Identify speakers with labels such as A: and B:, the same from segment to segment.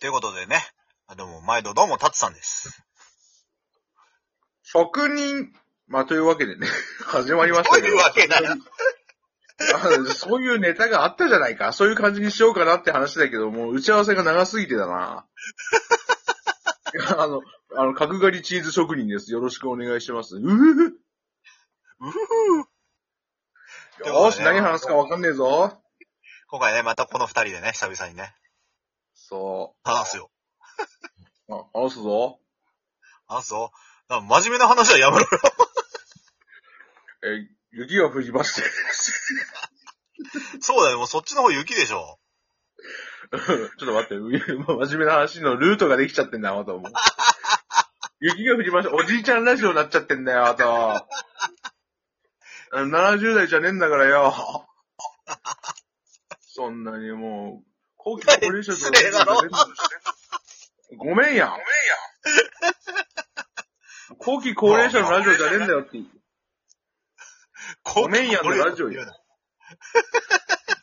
A: ということでね、あどうも、毎度どうも、タツさんです。
B: 職人、まあ、というわけでね、 始まりましたけど。
A: というわけだよ
B: あのそういうネタがあったじゃないか。そういう感じにしようかなって話だけど、もう打ち合わせが長すぎてだな。 いやあの、あの、角刈りチーズ職人です。よろしくお願いします。うふふ。
A: うふふ
B: よーし、何話すかわかんねえぞ。
A: 今回ね、またこの二人でね、久々にね、
B: そ
A: 話すよ。
B: う。あ、話すぞ。
A: 話すぞ。なんか真面目な話はやめろよ。
B: え、雪が降りまして。
A: そうだよ、もうそっちの方雪でしょ。
B: ちょっと待って、もう真面目な話のルートができちゃってんだよ、また もう。雪が降りました。おじいちゃんラジオになっちゃってんだよ、あと。 あの70代じゃねえんだからよ。 そんなにもう、後期高齢者と
A: 失礼だろ
B: ごめん やん。後期高齢者のラジオじゃねえんだよって。
A: ご
B: ごめんやのラジオや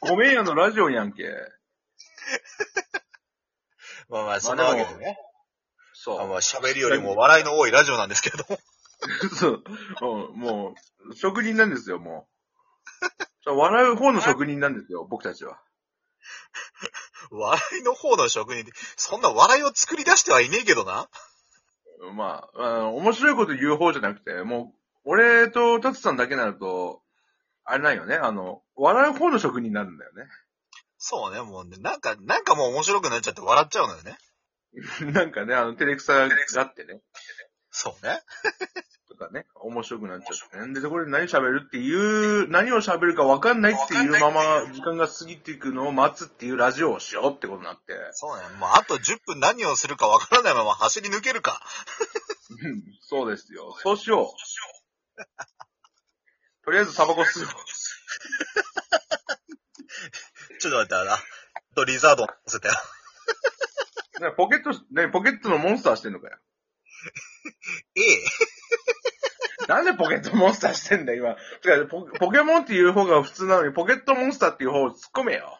B: ごめんやのラジオやんけ。
A: まあまあ、そんなわけでね。
B: そう。
A: まあまあ、喋りよりも笑いの多いラジオなんですけれども。
B: そう。うんもう、職人なんですよ、もう。そう笑う方の職人なんですよ、僕たちは。
A: 笑いの方の職人って、そんな笑いを作り出してはいねえけどな。
B: まあ、あの面白いこと言う方じゃなくて、もう、俺とタツさんだけになると、あれなんよね、あの、笑う方の職人になるんだよ
A: そうね、もうね、なんか、なんかもう面白くなっちゃって笑っちゃうのよね。
B: ね。 なんかね、あの、照れくさがってね、
A: そうね。
B: とかね、面白くなっちゃって、ね。で、これ何喋るっていう、何を喋るか分かんないっていうまま、時間が過ぎていくのを待つっていうラジオをしようってことになって。
A: そうね。もうあと10分何をするかわからないまま走り抜けるか。
B: うんそうですよ。そうしよう。 とりあえずタバコ吸う。
A: ちょっと待って、あの、とリザードン乗せて。
B: ねポケット、ね、ポケットのモンスターしてんのかよ。
A: ええ。
B: なんでポケットモンスターしてんだよ、今。てかポ、ポケモンっていう方が普通なのに、ポケットモンスターっていう方を突っ込めよ。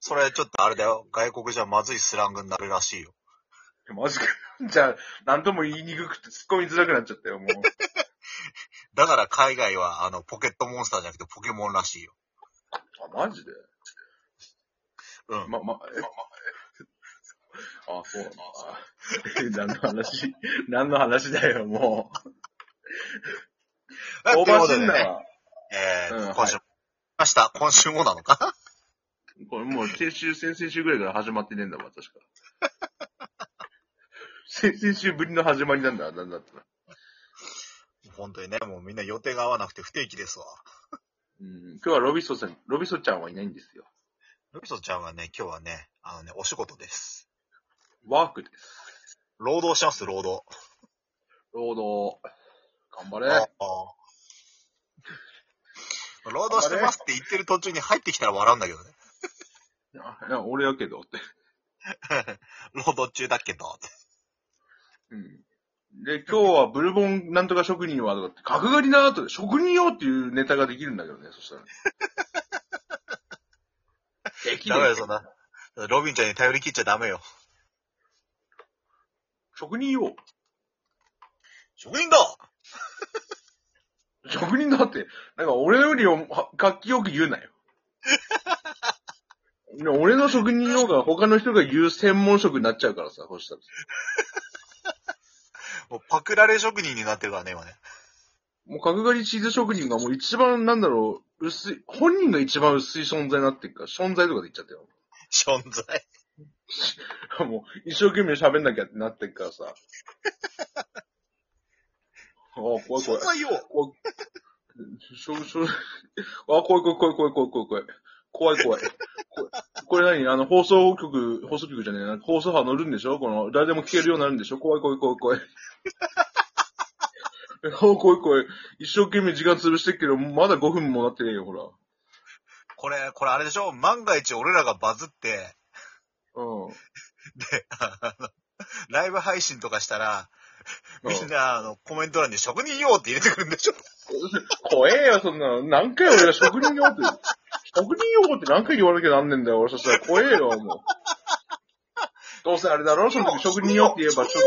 A: それちょっとあれだよ。外国じゃまずいスラングになるらしいよ。
B: マジか。 じゃあ、なんとも言いにくくて突っ込みづらくなっちゃったよ、もう。
A: だから海外はあの、ポケットモンスターじゃなくてポケモンらしいよ。
B: あ、マジで
A: うん。
B: ま、ま、えあ、そうなえ、 何の話何の話だよ、もう。
A: とい
B: オ
A: う
B: ーバ
A: こ
B: ー
A: と
B: シ
A: で
B: ンだ
A: ね。
B: わ。
A: えー
B: うん
A: 今週も、明日、今週もな のか
B: これもう先週、先々週ぐらいから始まってねえんだもん、確か。 先々週ぶりの始まりなんだ、なんだったら。
A: 本当にね、もうみんな予定が合わなくて不定期ですわ。
B: うん、今日はロビソさん、ロビソちゃんはいないんですよ。
A: ルビソちゃんはね、今日はね、あのね、お仕事です。
B: ワークです。
A: 労働します、労働。
B: 労働。頑張
A: あ
B: れ。
A: あ労働してますって言ってる途中に入ってきたら笑うんだけどね。
B: いや俺やけどって。
A: 労働中だけど。
B: うん。で、今日はブルボンなんとか職人は、とかって、角刈りだーとか、職人よっていうネタができるんだけどね、そ したら、ね。でき
A: ダメだ
B: る
A: よ、そんな。ロビンちゃんに頼り切っちゃダメよ。
B: 職人よ。
A: 職人だ
B: 職人だって、なんか俺よりもはかっきよく言うなよ。ね俺の職人用が他の人が言う専門職になっちゃうからさ、そしたら。
A: もうパクられ職人になってるからね、今ね。
B: もう角刈りチーズ職人がもう一番なんだろう、薄い、本人が一番薄い存在になってるから、存在とかで言っちゃったよ。
A: 存在。
B: もう一生懸命喋んなきゃってなってるからさ。あ、怖い怖い。
A: 存在よ。
B: 怖い。しょ しょあ、怖い怖い怖い怖い怖い怖い怖い。怖い怖い。こ これ何あの、放送局、放送局じゃねえな。放送波乗るんでしょこの、誰でも聞けるようになるんでしょ怖い怖い怖い 怖い。あ怖い怖い。一生懸命時間潰してっけど、まだ5分もなってねえよ、ほら。
A: これ、これあれでしょ万が一俺らがバズって、
B: うん。
A: で、あのライブ配信とかしたら、
B: う
A: みんな、あの、コメント欄に職人よって入れてくるんでしょ
B: 怖えよ、そんなの。何回俺が職人用って、職人用って何回言わなきゃなんねんだよ、俺そしたら怖えよ、もどうせあれだろその時職人よって言えば、
A: 職業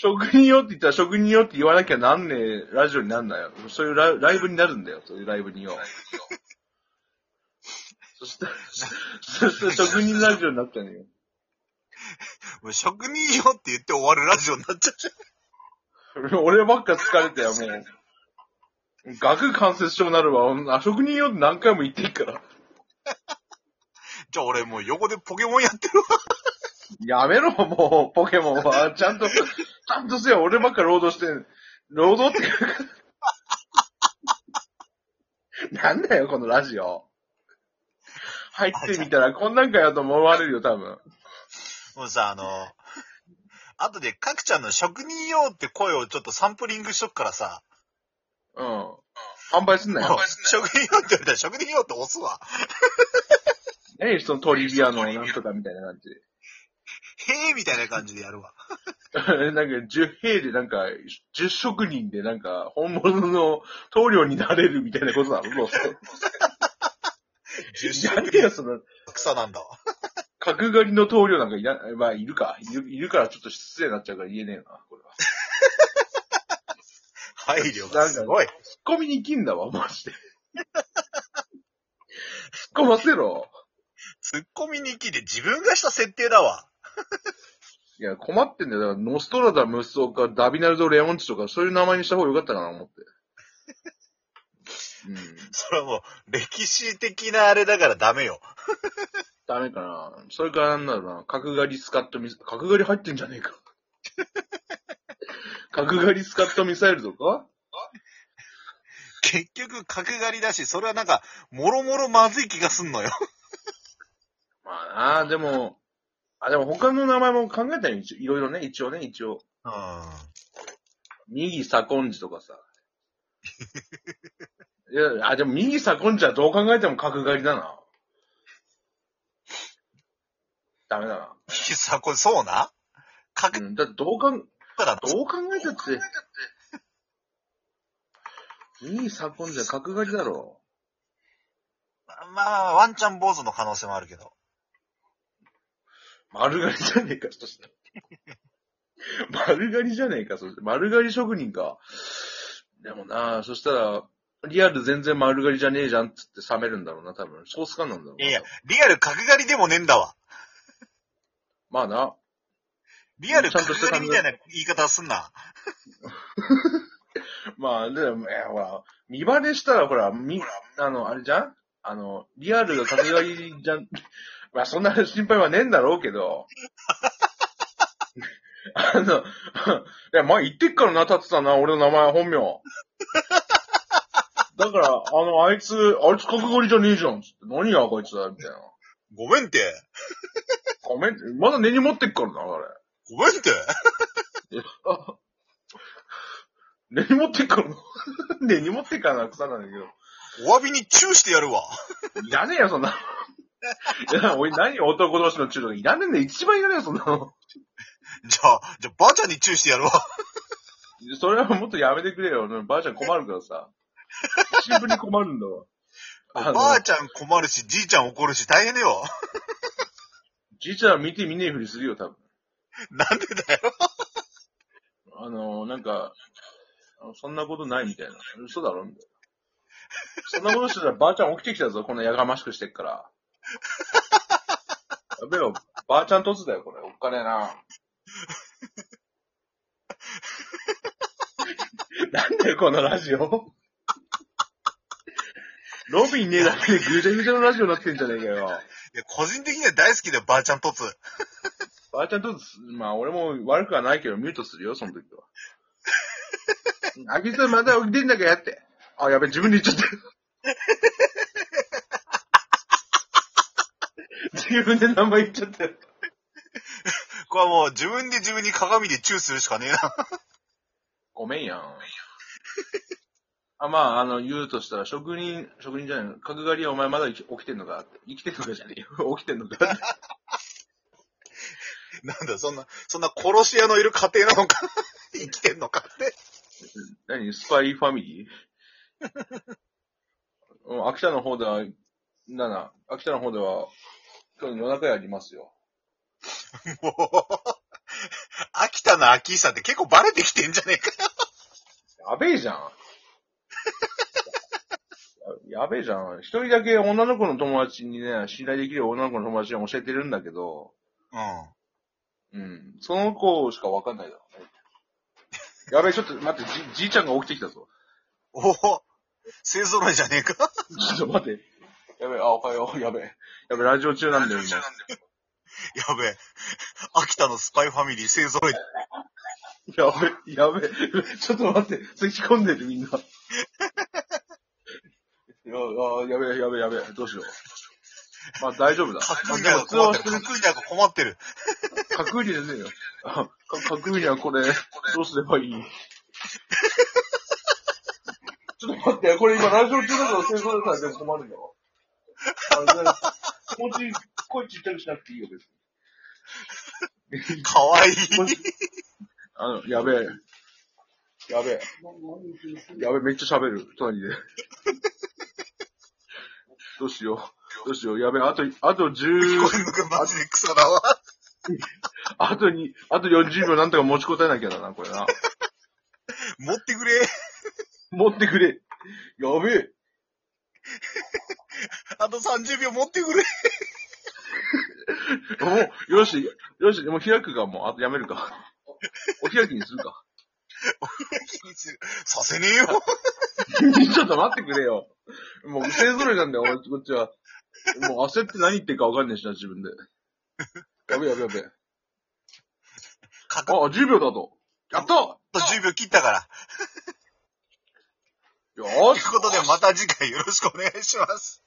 B: 職人よって言ったら職人よって言わなきゃなんねえラジオになんないよ。そういうラライブになるんだよ、そういうライブによ。そしたら、そしたら職人ラジオになったのよ。
A: もう職人よって言って終わるラジオになっちゃった。
B: 俺ばっか疲れたよ、もう。学関節症になるわ。あ、職人よって何回も言っていいから。
A: じゃあ俺もう横でポケモンやってるわ。
B: やめろ、もう、ポケモン は。ちゃんと、ちゃんとせよ、俺ばっか労働してん、労働って いうか。なんだよ、このラジオ。入ってみたら、こんなんかやと思われるよ、多分。
A: もうさ、あの、後でかくちゃんの職人よって声をちょっとサンプリングしとくからさ、
B: うん。販売すんなよ。
A: 職人よって言われたら職人よって押すわ。
B: 何そのトリビアのなんとかみたいな感じ
A: へえみたいな感じでやるわ。
B: で。なんか、十兵でなんか、十職人でなんか、本物の棟梁になれるみたいなことだろ、ど うせ。
A: 十
B: や
A: 職
B: めよ、
A: 人
B: その、
A: 草なんだわ。
B: 角刈りの棟梁なんかいな、まあ、いるか。いるいるからちょっと失礼になっちゃうから言えねえな、これは。
A: 配慮がすごい。
B: ツッコミにきんだわ、マジで。突っ込ませろ。
A: ツッコミに来て自分がした設定だわ。
B: いや、困ってんだよ。だから、ノストラダムスとか、ダビナルド・レオンチとか、そういう名前にした方がよかったかな、思って。うん。
A: それはもう歴史的なあれだからダメよ。
B: ダメかな。それからなんだろうな。角刈りスカットミス、角刈り入ってんじゃねえか。角刈りスカットミサイルとか
A: 結局角刈りだし、それはなんか、もろもろまずい気がすんのよ。
B: まあなあ、でも、あ、でも他の名前も考えたよ、一応。いろいろね、一応ね、一応。
A: うん。
B: 右左根治と かさ。いや、あ、でも右左根治はどう考えても角刈りだな。ダメだな。
A: さ、これそうな角
B: うん、だってどうかん、
A: からど
B: どう考えたって。右左根治は角刈りだろ。
A: まあ、ワンチャン坊主の可能性もあるけど。
B: 丸刈りじゃねえか、そしたら。丸刈りじゃねえか、そしたら。丸刈り職人か。でもなあ、そしたら、リアル全然丸刈りじゃねえじゃんっつって冷めるんだろうな、多分。ソース感なんだろうな。
A: いやいやリアル角刈りでもねえんだわ。
B: まあな。
A: リアル角刈りみたいな言い方すんな。
B: まあ、でも、えほら、見バレしたら、ほら、み、あの、あれじゃんあの、リアルが角刈りじゃん。 まあ、そんな心配はねえんだろうけど。 あの、い や、前言ってっからな、立ってたな、俺の名前、本名。 だから、あの、あいつ、あいつ角刈りじゃねえじゃん、つって。何や、こいつだ、みたいな。
A: ごめんて。
B: ごめん、まだ根に持ってっからな、あれ。
A: ごめんて。
B: あ、根に持ってっからな。 根に持ってっからな、草なんだけど。
A: お詫びにチューしてやるわ。
B: いらねえよ、そんな の。いや、俺、何男同士の中毒いらねえんだよ、一番いらねえよ、そんなの。
A: じゃあ、じゃあ、ばあちゃんにチューしてやるわ。
B: それはもっとやめてくれよ。ばあちゃん困るか らさ。シンプルに困るんだわ。あ
A: ばあ
B: の、
A: ちゃん困るし、じいちゃん怒るし、大変だ よ。
B: じいちゃんは見て見ねえふりするよ、多分。
A: なんでだよ。
B: あの、なんか、あのそんなことないみたいな。嘘だろみたいな。そんなことしてたらばあちゃん起きてきたぞ、こんなやがましくしてっから。やべえよ、ばあちゃん突だよ、これ。おっかねえな。なんだよ、このラジオ。ロビンねえだけでぐちゃぐちゃのラジオになってんじゃねえかよ。
A: いや個人的には大好きだよ、ばあちゃんとつ。
B: ばあちゃんと、まあ俺も悪くはないけど、ミュートするよ、その時は。あきつまた起きてんだからやって。あ、やべ、自分で言っ ちゃった。自分で名前言っちゃったよ。
A: これはもう自分で自分に鏡でチューするしかねえな。
B: ごめんやん。あ、まあ、あの、言うとしたら、職人、職人じゃないの。角刈りはお前まだ生き起きてんのかって生きてんのかじゃねえよ。 起きてんのかって
A: なんだよ、そんな、そんな殺し屋のいる家庭なの か。生きてんのかって。
B: 何スパイファミリーうん秋田の方では、なな、秋田の方では、 7回ありますよ。
A: もう、秋田の秋さんって結構バレてきてんじゃねえか。
B: やべえじゃん。ややべえじゃん。一人だけ女の子の友達にね、信頼できる女の子の友達に教えてるんだけど、うん。その子しかわかんないだろうね。やべえ、ちょっと待って、じ、じいちゃんが起きてきたぞ。
A: うん。おお、勢揃いじゃねえか。
B: ちょっと待って。やべえ、あ、おはよう。やべえ。やべえ、ラジオ中なんだ よ、今。
A: やべえ。秋田のスパイファミリー勢揃い。
B: やべえ、やべえ。ちょっと待って、咳き込んでる、みんな。 いや、あやべえ、やべえ、やべえ。どうしよう。まあ、大丈夫だ。
A: 角
B: まあ
A: 井
B: で
A: が
B: も、通
A: 困っ
B: 話
A: て
B: して
A: る。角
B: る
A: 井が困ってる。
B: 角入りですねえよ。あか角入りはこれ、どうすればいい ちょっと待って、これ今ラジオ中だから戦争だったら困るよ。あのね気持ち、声ちっちゃくしなくていいよ、別 に。
A: かわいい。
B: あの、やべえ。やべえ。やべえ、めっちゃ喋る、隣で。 どうしよう。どうしよう。やべえ、あと、あと10
A: 聞こ、えんのがマジでクソだわ。
B: あとに、あと40秒なんとか持ちこたえなきゃだな、これな。
A: 持ってくれ。
B: 持ってくれ。やべえ。
A: あと30秒持ってくれ。
B: もう、よし、よし、もう開くか、もう、あとやめるか。お開きにするか。
A: させねえよ。
B: ちょっと待ってくれよ。もう、勢揃いなんだよ、俺、こっちは。もう焦って何言ってるかわかんねえしな、自分で。やべえやべえやべえ。
A: か
B: あ、
A: かっ
B: 10秒だと。やったよ
A: と10秒切ったから。
B: ー
A: とい
B: し
A: うことでまた次回よろしくお願いします。